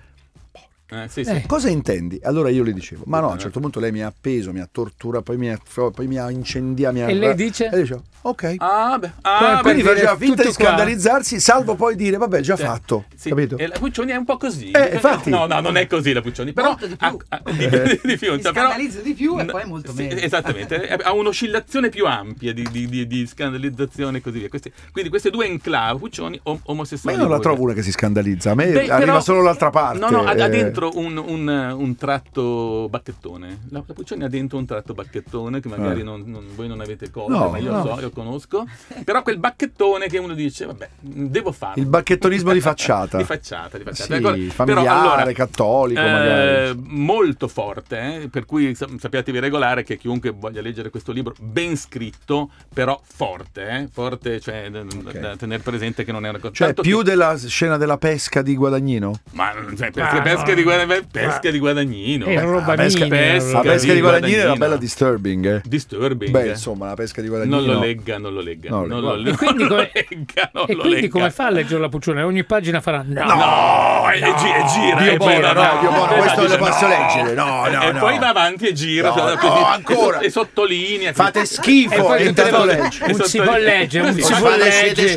Speaker 3: Eh, sì, sì.
Speaker 2: Eh.
Speaker 4: Cosa intendi? Allora io le dicevo, ma no,
Speaker 3: Eh.
Speaker 4: a un certo punto lei mi ha appeso, mi ha torturato, poi mi ha, poi mi ha incendiato. Mi ha
Speaker 2: E lei dice?
Speaker 4: E io dicevo, ok.
Speaker 3: Ah, beh. Ah,
Speaker 2: Poi-
Speaker 3: beh.
Speaker 4: Quindi
Speaker 2: per dire
Speaker 4: faceva finta
Speaker 2: tutto
Speaker 4: di
Speaker 2: qua.
Speaker 4: scandalizzarsi, salvo poi dire, vabbè, già fatto.
Speaker 3: Sì,
Speaker 4: Capito?
Speaker 3: E la Puccioni è un po' così.
Speaker 4: Eh, infatti. Eh.
Speaker 3: No, no, non è così la Puccioni, però
Speaker 6: Molto di più.
Speaker 3: ha- ha- di più, di più,
Speaker 6: Mi
Speaker 3: cioè, però-
Speaker 6: scandalizza di più e poi molto
Speaker 3: sì,
Speaker 6: meno.
Speaker 3: Esattamente, eh, ha un'oscillazione più ampia di, di- di- di scandalizzazione e così via. Queste- quindi queste due enclave, Puccioni om-
Speaker 4: Ma
Speaker 3: omosessuali.
Speaker 4: io non la
Speaker 3: pure.
Speaker 4: trovo una che si scandalizza, a me
Speaker 3: Beh,
Speaker 4: arriva
Speaker 3: però-
Speaker 4: solo l'altra parte.
Speaker 3: No, no, ha, ha
Speaker 4: eh.
Speaker 3: dentro un, un- eh, un tratto bacchettone. La, la Puccioni ha dentro un tratto bacchettone che magari
Speaker 4: Eh.
Speaker 3: non- non- voi non avete colto,
Speaker 4: No,
Speaker 3: ma io
Speaker 4: no.
Speaker 3: lo so, io conosco. Però quel bacchettone che uno dice, vabbè, devo farlo.
Speaker 4: Il bacchettonismo di facciata.
Speaker 3: di facciata, di facciata.
Speaker 4: Sì,
Speaker 3: Ecco,
Speaker 4: familiare, cattolico, magari.
Speaker 3: eh, Molto forte, eh, per cui sa- sappiatevi regolare che chiunque voglia leggere questo libro, ben scritto, però forte, eh, forte, cioè da- da, tenere presente che non è una cosa...
Speaker 4: Cioè,
Speaker 3: tanto
Speaker 4: più
Speaker 3: che-
Speaker 4: della scena della pesca di Guadagnino?
Speaker 3: Ma cioè, pesca,
Speaker 2: Ah,
Speaker 3: pesca
Speaker 2: no.
Speaker 3: di, guada- pesca di guadagnino.
Speaker 2: È roba
Speaker 4: pesca-
Speaker 2: minima,
Speaker 3: pesca-
Speaker 2: allora.
Speaker 4: La pesca
Speaker 3: di
Speaker 4: di Guadagnino era
Speaker 3: Guadagnino.
Speaker 4: bella disturbing, eh.
Speaker 3: Disturbing.
Speaker 4: Beh, insomma, la pesca di Guadagnino.
Speaker 3: Non lo legga, non lo legga.
Speaker 4: No,
Speaker 3: non
Speaker 4: guarda.
Speaker 3: lo legga.
Speaker 2: E quindi,
Speaker 3: non
Speaker 2: come,
Speaker 3: lo legga, non
Speaker 2: e
Speaker 3: lo
Speaker 2: quindi
Speaker 3: legga.
Speaker 2: come fa a leggere la Puccione? Ogni pagina farà no.
Speaker 3: No, e, e gi- e gira.
Speaker 4: Dio
Speaker 3: e poi
Speaker 4: buono,
Speaker 3: va
Speaker 4: no,
Speaker 3: avanti.
Speaker 4: Dio buono,
Speaker 3: E
Speaker 4: questo
Speaker 3: dice,
Speaker 4: lo posso leggere, no, no,
Speaker 3: E
Speaker 4: no.
Speaker 3: poi va avanti e gira.
Speaker 4: No,
Speaker 3: cioè,
Speaker 4: no,
Speaker 3: così,
Speaker 4: ancora.
Speaker 3: E, so- e sottolinea.
Speaker 4: Fate
Speaker 2: E
Speaker 4: schifo, eh,
Speaker 2: poi
Speaker 4: e
Speaker 2: Eh, tutte le
Speaker 4: intanto
Speaker 2: volte-
Speaker 4: leggi.
Speaker 2: un si
Speaker 3: Esatto.
Speaker 2: può leggere, un
Speaker 3: Sì,
Speaker 2: si
Speaker 3: ma
Speaker 2: può
Speaker 3: fate-
Speaker 2: leggere.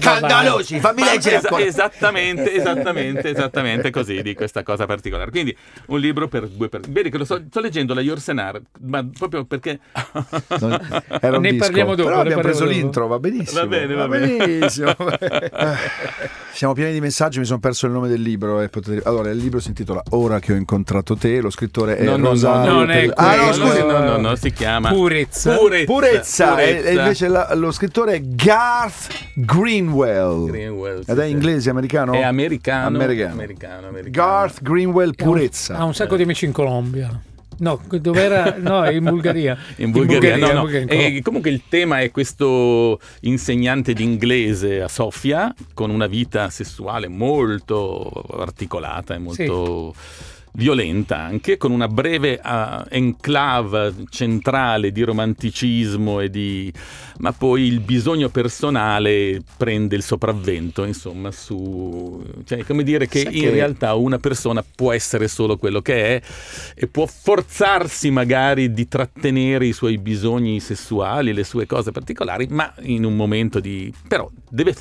Speaker 4: fammi
Speaker 3: Ma
Speaker 4: leggere
Speaker 3: es-
Speaker 4: ancora.
Speaker 3: esattamente, esattamente, esattamente così di questa cosa particolare. Quindi un libro per due persone. Vedi che lo sto, sto leggendo la Yorsenar, ma proprio perché
Speaker 4: Non- Era un
Speaker 2: Esatto. Ne
Speaker 4: disco.
Speaker 2: parliamo dopo, ne
Speaker 4: Però abbiamo
Speaker 2: parliamo
Speaker 4: preso
Speaker 2: dopo.
Speaker 4: l'intro, va benissimo.
Speaker 3: Va bene, va bene.
Speaker 4: benissimo. Eh, Siamo pieni di messaggi, mi sono perso il nome del libro. eh, potete- Allora, il libro si intitola Ora che ho incontrato te, lo scrittore è
Speaker 3: No, no,
Speaker 4: Eh, Rosario.
Speaker 3: no,
Speaker 2: non è
Speaker 4: Pel- ah, no,
Speaker 2: quello.
Speaker 4: scusi.
Speaker 3: no, Eh, no, no, si chiama
Speaker 2: Purezza.
Speaker 3: Purezza.
Speaker 4: Purezza, e-
Speaker 3: Purezza.
Speaker 4: Eh, e invece la- lo scrittore è Garth Greenwell.
Speaker 3: Greenwell, sì,
Speaker 4: Ed è
Speaker 3: sì.
Speaker 4: inglese, americano?
Speaker 3: È americano,
Speaker 4: Americano.
Speaker 3: americano, americano.
Speaker 4: Garth Greenwell Purezza.
Speaker 2: Ha un sacco di amici in Colombia. No, dov'era? No, in Bulgaria.
Speaker 3: In Bulgaria, no, Eh,
Speaker 2: in
Speaker 3: no.
Speaker 2: Bulgaria, in
Speaker 3: E comunque il tema è questo insegnante di inglese a Sofia con una vita sessuale molto articolata e molto violenta anche, con una breve ah, enclave centrale di romanticismo e di... ma poi il bisogno personale prende il sopravvento, insomma, su... cioè è come dire che
Speaker 4: Sai
Speaker 3: in
Speaker 4: che-
Speaker 3: realtà una persona può essere solo quello che è e può forzarsi magari di trattenere i suoi bisogni sessuali, le sue cose particolari, ma in un momento di... però deve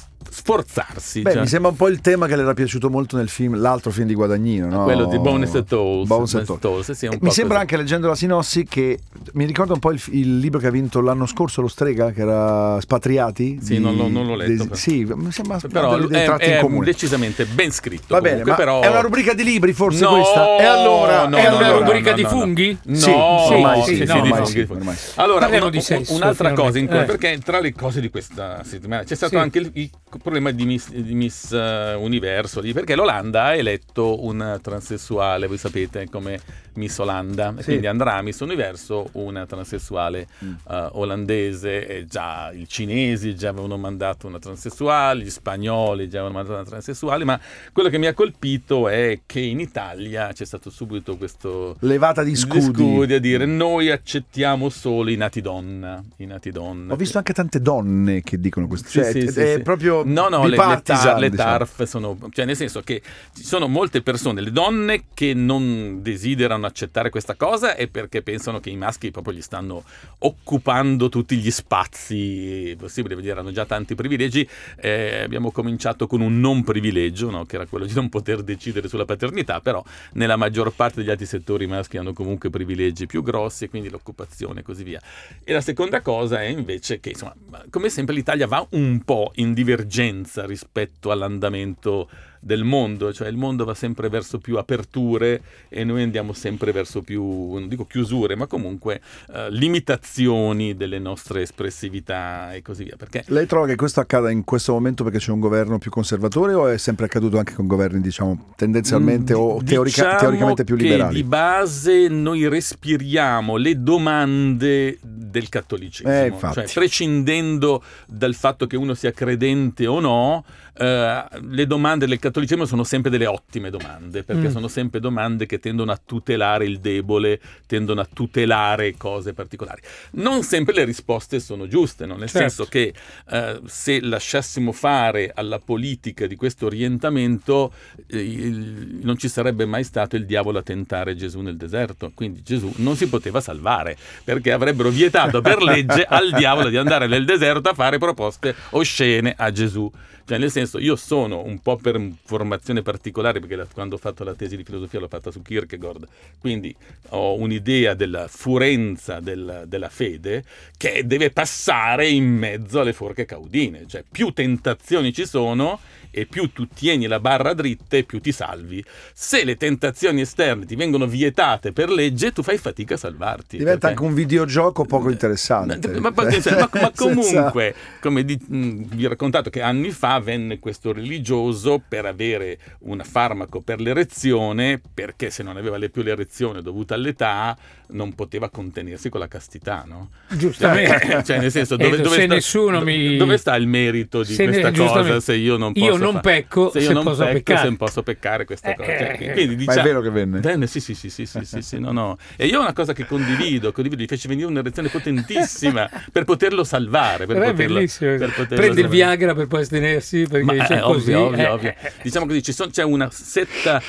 Speaker 3: sforzarsi.
Speaker 4: Beh,
Speaker 3: cioè-
Speaker 4: mi sembra un po' il tema che le era piaciuto molto nel film, l'altro film di Guadagnino, no?
Speaker 3: Ah, Quello di Bones and Toes.
Speaker 4: Bones and
Speaker 3: Bones and
Speaker 4: Toes.
Speaker 3: Toes, sì, è un
Speaker 4: Eh,
Speaker 3: po'
Speaker 4: mi sembra
Speaker 3: così.
Speaker 4: anche leggendo la sinossi che mi ricorda un po' il, il libro che ha vinto l'anno scorso lo strega che era Spatriati.
Speaker 3: Sì, non l'ho- non l'ho letto,
Speaker 4: dei-
Speaker 3: però.
Speaker 4: sì, mi sembra
Speaker 3: Però
Speaker 4: dei, dei
Speaker 3: è,
Speaker 4: tratti in
Speaker 3: è
Speaker 4: comune.
Speaker 3: decisamente ben scritto.
Speaker 4: Va bene,
Speaker 3: comunque,
Speaker 4: ma
Speaker 3: però...
Speaker 4: è una rubrica di libri forse
Speaker 3: No,
Speaker 4: questa? E allora
Speaker 3: no,
Speaker 2: è
Speaker 3: no,
Speaker 2: una
Speaker 3: no,
Speaker 2: rubrica
Speaker 3: no,
Speaker 2: di
Speaker 3: no,
Speaker 2: funghi?
Speaker 3: No,
Speaker 4: Sì,
Speaker 2: ormai sì,
Speaker 3: sì, sì,
Speaker 2: no,
Speaker 3: di
Speaker 2: ormai
Speaker 3: funghi.
Speaker 4: sì, ormai sì.
Speaker 3: Allora,
Speaker 2: Parliamo
Speaker 3: un-
Speaker 2: di
Speaker 3: un-
Speaker 2: sesso,
Speaker 3: un'altra cosa, in-
Speaker 2: finalmente. Eh.
Speaker 3: perché tra le cose di questa settimana c'è stato
Speaker 2: Sì.
Speaker 3: anche il, il problema di Miss, di Miss, eh, Universo, lì, perché l'Olanda ha eletto un transessuale, voi sapete, come Miss Olanda, e quindi andrà a Miss Universo una transessuale
Speaker 4: Mm.
Speaker 3: eh, olandese, e già i cinesi già avevano mandato una transessuale, gli spagnoli già avevano mandato una transessuale, ma quello che mi ha colpito è che in Italia c'è stato subito questo
Speaker 4: Levata di scudi.
Speaker 3: a dire noi accettiamo solo i nati donna. I nati donna.
Speaker 4: Ho visto anche tante donne che dicono questo.
Speaker 3: Sì,
Speaker 4: Cioè,
Speaker 3: sì,
Speaker 4: è,
Speaker 3: sì,
Speaker 4: è
Speaker 3: sì.
Speaker 4: proprio
Speaker 3: no, no, le, le,
Speaker 4: bipartisan,
Speaker 3: tar- le
Speaker 4: diciamo.
Speaker 3: TARF sono, cioè nel senso che ci sono molte persone, le donne che non desiderano accettare questa cosa è perché pensano che i maschi proprio gli stanno occupando tutti gli spazi possibili, vuol dire, hanno già tanti privilegi. Eh, abbiamo cominciato con un non privilegio, no, che era quello di non poter decidere sulla paternità, però nella maggior parte degli altri settori i maschi hanno comunque privilegi più grossi e quindi l'occupazione e così via. E la seconda cosa è invece che, insomma, come sempre l'Italia va un po' in divergenza rispetto all'andamento del mondo, cioè il mondo va sempre verso più aperture e noi andiamo sempre verso più, non dico chiusure, ma comunque eh, limitazioni delle nostre espressività e così via. Perché
Speaker 4: Lei trova che questo accada in questo momento perché c'è un governo più conservatore o è sempre accaduto anche con governi, diciamo, tendenzialmente o
Speaker 3: Mm,
Speaker 4: teorica-
Speaker 3: diciamo
Speaker 4: teoricamente più
Speaker 3: che
Speaker 4: liberali?
Speaker 3: Di base noi respiriamo le domande del cattolicesimo.
Speaker 4: Eh, infatti.
Speaker 3: cioè, prescindendo dal fatto che uno sia credente o no, eh, le domande del cattolicesimo sono sempre delle ottime domande, perché
Speaker 2: Mm.
Speaker 3: sono sempre domande che tendono a tutelare il debole, tendono a tutelare cose particolari. Non sempre le risposte sono giuste, no? nel
Speaker 2: Certo.
Speaker 3: senso che eh, se lasciassimo fare alla politica di questo orientamento, eh, il- non ci sarebbe mai stato il diavolo a tentare Gesù nel deserto. Quindi Gesù non si poteva salvare perché avrebbero vietato per legge al diavolo di andare nel deserto a fare proposte oscene a Gesù. Cioè, nel senso, io sono un po' per formazione particolare, perché la- quando ho fatto la tesi di filosofia l'ho fatta su Kierkegaard, quindi ho un'idea della furenza del- della fede che deve passare in mezzo alle forche caudine. Cioè, più tentazioni ci sono e più tu tieni la barra dritta e più ti salvi. Se le tentazioni esterne ti vengono vietate per legge, tu fai fatica a salvarti.
Speaker 4: Diventa
Speaker 3: perché-
Speaker 4: anche un videogioco poco interessante.
Speaker 3: ma, ma- ma- ma
Speaker 4: Senza-
Speaker 3: comunque, come di- mh, vi ho raccontato che anni fa venne questo religioso per avere un farmaco per l'erezione, perché se non aveva le- più l'erezione dovuta all'età, non poteva contenersi con la castità, no?
Speaker 2: Giustamente.
Speaker 3: cioè, nel senso,
Speaker 2: Eh,
Speaker 3: dove, dove
Speaker 2: se
Speaker 3: sta,
Speaker 2: nessuno
Speaker 3: do-
Speaker 2: mi-
Speaker 3: dove sta il merito di
Speaker 2: Se ne-
Speaker 3: questa cosa
Speaker 2: giustamente.
Speaker 3: se io non posso
Speaker 2: Io non
Speaker 3: fa-
Speaker 2: pecco,
Speaker 3: se io
Speaker 2: se
Speaker 3: non
Speaker 2: posso
Speaker 3: pecco,
Speaker 2: peccare.
Speaker 3: se non posso peccare questa
Speaker 2: Eh,
Speaker 3: cosa
Speaker 2: eh,
Speaker 3: Cioè, quindi,
Speaker 4: Ma
Speaker 3: diciamo,
Speaker 4: è vero che venne?
Speaker 3: Bene, sì, sì, sì, sì, sì, sì, sì, no, no. E io una cosa che condivido, condivido, gli fece venire un'erezione potentissima per poterlo salvare. Per
Speaker 2: Però è
Speaker 3: poterlo,
Speaker 2: Eh, bellissimo.
Speaker 3: per poterlo
Speaker 2: Prende il
Speaker 3: salvare.
Speaker 2: Viagra per poi astenersi perché
Speaker 3: Ma
Speaker 2: dice
Speaker 3: eh,
Speaker 2: così.
Speaker 3: ovvio, ovvio,
Speaker 2: eh,
Speaker 3: ovvio.
Speaker 2: eh,
Speaker 3: Diciamo così, ci sono- c'è una setta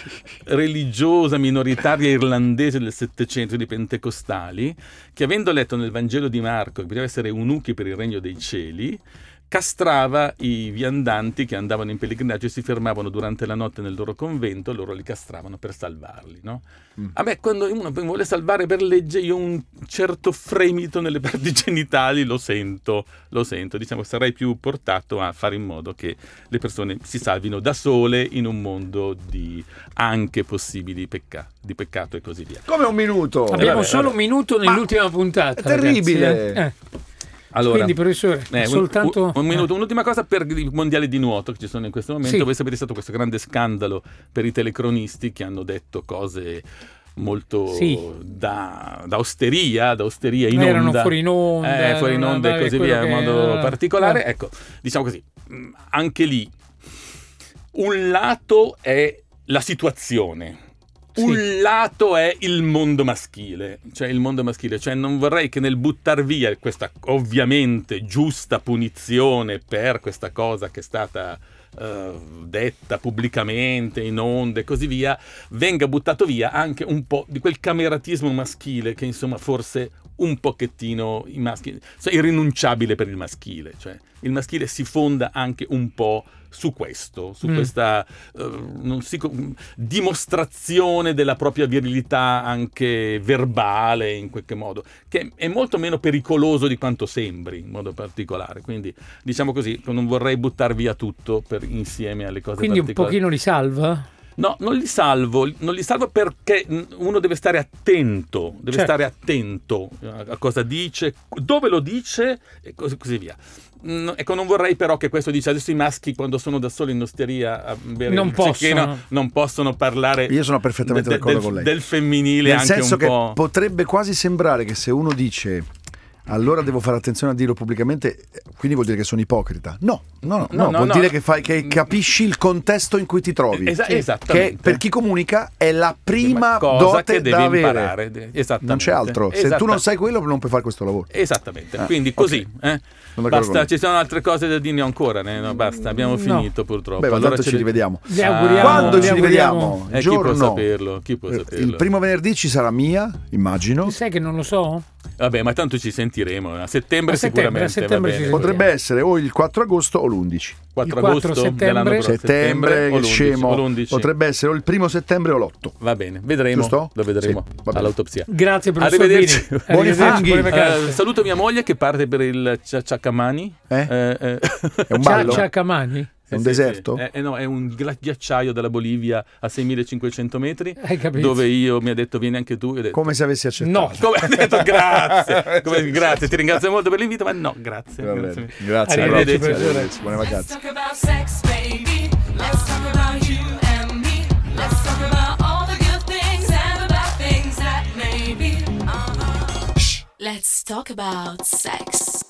Speaker 3: religiosa minoritaria irlandese del Settecento di pentecostali che avendo letto nel Vangelo di Marco che poteva essere eunuchi per il regno dei cieli, castrava i viandanti che andavano in pellegrinaggio e si fermavano durante la notte nel loro convento, loro li castravano per salvarli, no? A me quando uno mi vuole salvare per legge io un certo fremito nelle parti genitali lo sento, lo sento, diciamo sarei più portato a fare in modo che le persone si salvino da sole in un mondo di anche possibili pecca- di peccato e così via.
Speaker 4: Come un minuto.
Speaker 2: Abbiamo
Speaker 3: vabbè,
Speaker 2: solo un
Speaker 3: vabbè.
Speaker 2: minuto nell'ultima puntata.
Speaker 4: è terribile.
Speaker 2: ragazzi, eh. Eh.
Speaker 3: Allora,
Speaker 2: Quindi, professore,
Speaker 3: Eh, un-
Speaker 2: soltanto. eh.
Speaker 3: un, un minuto, un'ultima cosa per i mondiali di nuoto che ci sono in questo momento.
Speaker 2: Sì.
Speaker 3: Voi sapete, è stato questo grande scandalo per i telecronisti che hanno detto cose molto
Speaker 2: Sì.
Speaker 3: da, da osteria, da osteria in
Speaker 2: erano
Speaker 3: onda.
Speaker 2: fuori in onda,
Speaker 3: Eh, fuori in
Speaker 2: erano
Speaker 3: onda e
Speaker 2: andare
Speaker 3: così
Speaker 2: quello
Speaker 3: via, in
Speaker 2: che-
Speaker 3: modo
Speaker 2: eh,
Speaker 3: particolare.
Speaker 2: eh.
Speaker 3: Ecco, diciamo così, mh, anche lì un lato è la situazione.
Speaker 2: Sì.
Speaker 3: Un lato è il mondo maschile, cioè il mondo maschile, cioè non vorrei che nel buttar via questa ovviamente giusta punizione per questa cosa che è stata eh, detta pubblicamente in onde e così via, venga buttato via anche un po' di quel cameratismo maschile che insomma forse un pochettino i maschi, cioè, irrinunciabile per il maschile, cioè il maschile si fonda anche un po' su questo, su
Speaker 2: Mm.
Speaker 3: questa eh, non si co- dimostrazione della propria virilità anche verbale in qualche modo, che è molto meno pericoloso di quanto sembri in modo particolare, quindi diciamo così, non vorrei buttar via tutto per, insieme alle cose
Speaker 2: Quindi un
Speaker 3: particolari.
Speaker 2: pochino li salva?
Speaker 3: No, non li salvo, non li salvo perché mh, uno deve stare attento, deve
Speaker 2: Certo.
Speaker 3: stare attento a a cosa dice, dove lo dice e cos- così via. Mm, Ecco, non vorrei però che questo dice adesso i maschi quando sono da soli in osteria a bere
Speaker 2: Non
Speaker 3: il cecchino
Speaker 2: possono.
Speaker 3: non possono parlare
Speaker 4: Io sono perfettamente
Speaker 3: de-
Speaker 4: d'accordo
Speaker 3: del,
Speaker 4: con lei.
Speaker 3: del femminile
Speaker 4: Nel
Speaker 3: anche
Speaker 4: senso
Speaker 3: un
Speaker 4: che
Speaker 3: po'.
Speaker 4: potrebbe quasi sembrare che se uno dice allora devo fare attenzione a dirlo pubblicamente, quindi vuol dire che sono ipocrita. No, no, no,
Speaker 3: No,
Speaker 4: no,
Speaker 3: no,
Speaker 4: vuol
Speaker 3: no.
Speaker 4: dire che, fai, che capisci il contesto in cui ti trovi.
Speaker 3: Esa-
Speaker 4: Che
Speaker 3: esattamente.
Speaker 4: per chi comunica è la prima
Speaker 3: cosa
Speaker 4: dote
Speaker 3: che devi
Speaker 4: da avere.
Speaker 3: imparare. de- Esattamente.
Speaker 4: Non c'è altro. Se tu
Speaker 3: Esatta-
Speaker 4: non sai quello non puoi fare questo lavoro.
Speaker 3: Esattamente,
Speaker 4: Ah,
Speaker 3: quindi
Speaker 4: ok.
Speaker 3: così. eh.
Speaker 4: Sono d'accordo con
Speaker 3: Basta,
Speaker 4: lei.
Speaker 3: ci sono altre cose da dirne ancora. né? No, basta, abbiamo
Speaker 2: No.
Speaker 3: finito purtroppo.
Speaker 4: Beh, ma
Speaker 3: Allora
Speaker 4: tanto ci
Speaker 3: le-
Speaker 4: rivediamo.
Speaker 2: Gli
Speaker 3: Ah.
Speaker 2: auguriamo-
Speaker 4: Quando
Speaker 2: gli
Speaker 4: ci
Speaker 2: auguriamo-
Speaker 4: rivediamo?
Speaker 3: Eh, chi può
Speaker 4: Giorno. Eh,
Speaker 3: saperlo? Chi può saperlo?
Speaker 4: Il primo venerdì ci sarà mia, immagino.
Speaker 2: Sai che non lo so?
Speaker 3: Vabbè, ma tanto ci sentiremo. A settembre
Speaker 2: A settembre,
Speaker 3: sicuramente.
Speaker 2: a settembre
Speaker 3: va bene.
Speaker 2: ci sentiamo.
Speaker 4: Potrebbe essere o il 4 agosto o l'11.
Speaker 3: 4
Speaker 2: Il 4
Speaker 3: agosto
Speaker 2: settembre.
Speaker 3: dell'anno prossimo.
Speaker 4: Settembre,
Speaker 3: o
Speaker 4: che
Speaker 3: l'11,
Speaker 4: scemo.
Speaker 3: o l'11.
Speaker 4: Potrebbe essere o il primo settembre o l'8.
Speaker 3: Va bene, vedremo.
Speaker 4: Giusto?
Speaker 3: Lo vedremo
Speaker 4: Sì, va bene. Eh,
Speaker 3: all'autopsia.
Speaker 2: Grazie, professor
Speaker 3: Arrivederci.
Speaker 2: Bini.
Speaker 4: Buoni
Speaker 2: Arrivederci,
Speaker 4: funghi.
Speaker 2: buone
Speaker 4: Eh,
Speaker 2: vacanze.
Speaker 3: Eh, saluto mia moglie che parte per il Cia- Ciacamani.
Speaker 4: Eh? È un
Speaker 2: Ciao,
Speaker 4: ballo?
Speaker 2: ciao, Camani.
Speaker 4: È un
Speaker 3: sì,
Speaker 4: deserto?
Speaker 3: sì. Eh, eh, no, è un gla- ghiacciaio dalla Bolivia a 6500 metri.
Speaker 2: Hai capito?
Speaker 3: Dove io mi ha detto vieni anche tu. Io ho detto,
Speaker 4: Come se avessi accettato.
Speaker 2: No.
Speaker 3: Come ha detto grazie, Come- grazie, ti ringrazio molto per l'invito, ma no, grazie.
Speaker 4: Va bene.
Speaker 3: grazie. mille.
Speaker 4: Grazie,
Speaker 2: Arrivederci,
Speaker 4: grazie,
Speaker 2: professore.
Speaker 4: arrivederci. Buone
Speaker 1: Let's
Speaker 4: vacanze.
Speaker 1: talk about sex, baby. Let's talk about you and me. Let's talk about all the good things and the bad things that may be. Uh-huh. Shh. Let's talk about sex.